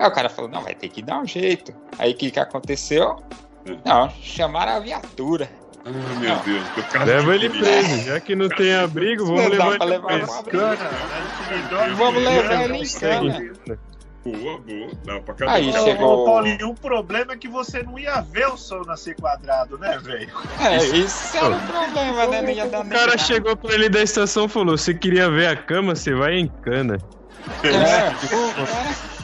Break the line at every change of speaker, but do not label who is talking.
Aí o cara falou, não, vai ter que dar um jeito. Aí o que, que aconteceu?
É.
Não, chamaram a viatura.
Ah, meu
Não.
Deus, que cara
Leva
de
ele
polícia.
preso, já que não tem abrigo, vamos
Não dá
levar ele
pra levar
preso.
pra
Cara,
abrigo.
a gente
Vamos
melhora,
levar ele
não
em
né? segue.
cana.
Boa, boa. Não, pra cada
Aí
um.
Ô,
chegou-
ô, Paulinho, o problema é que você não ia ver o som nascer quadrado, né, velho?
É, isso era o problema, né? Não ia dar
O
nem
cara
nada.
chegou pra ele da estação e falou: Você queria ver a cama, você vai em cana.
É, o cara-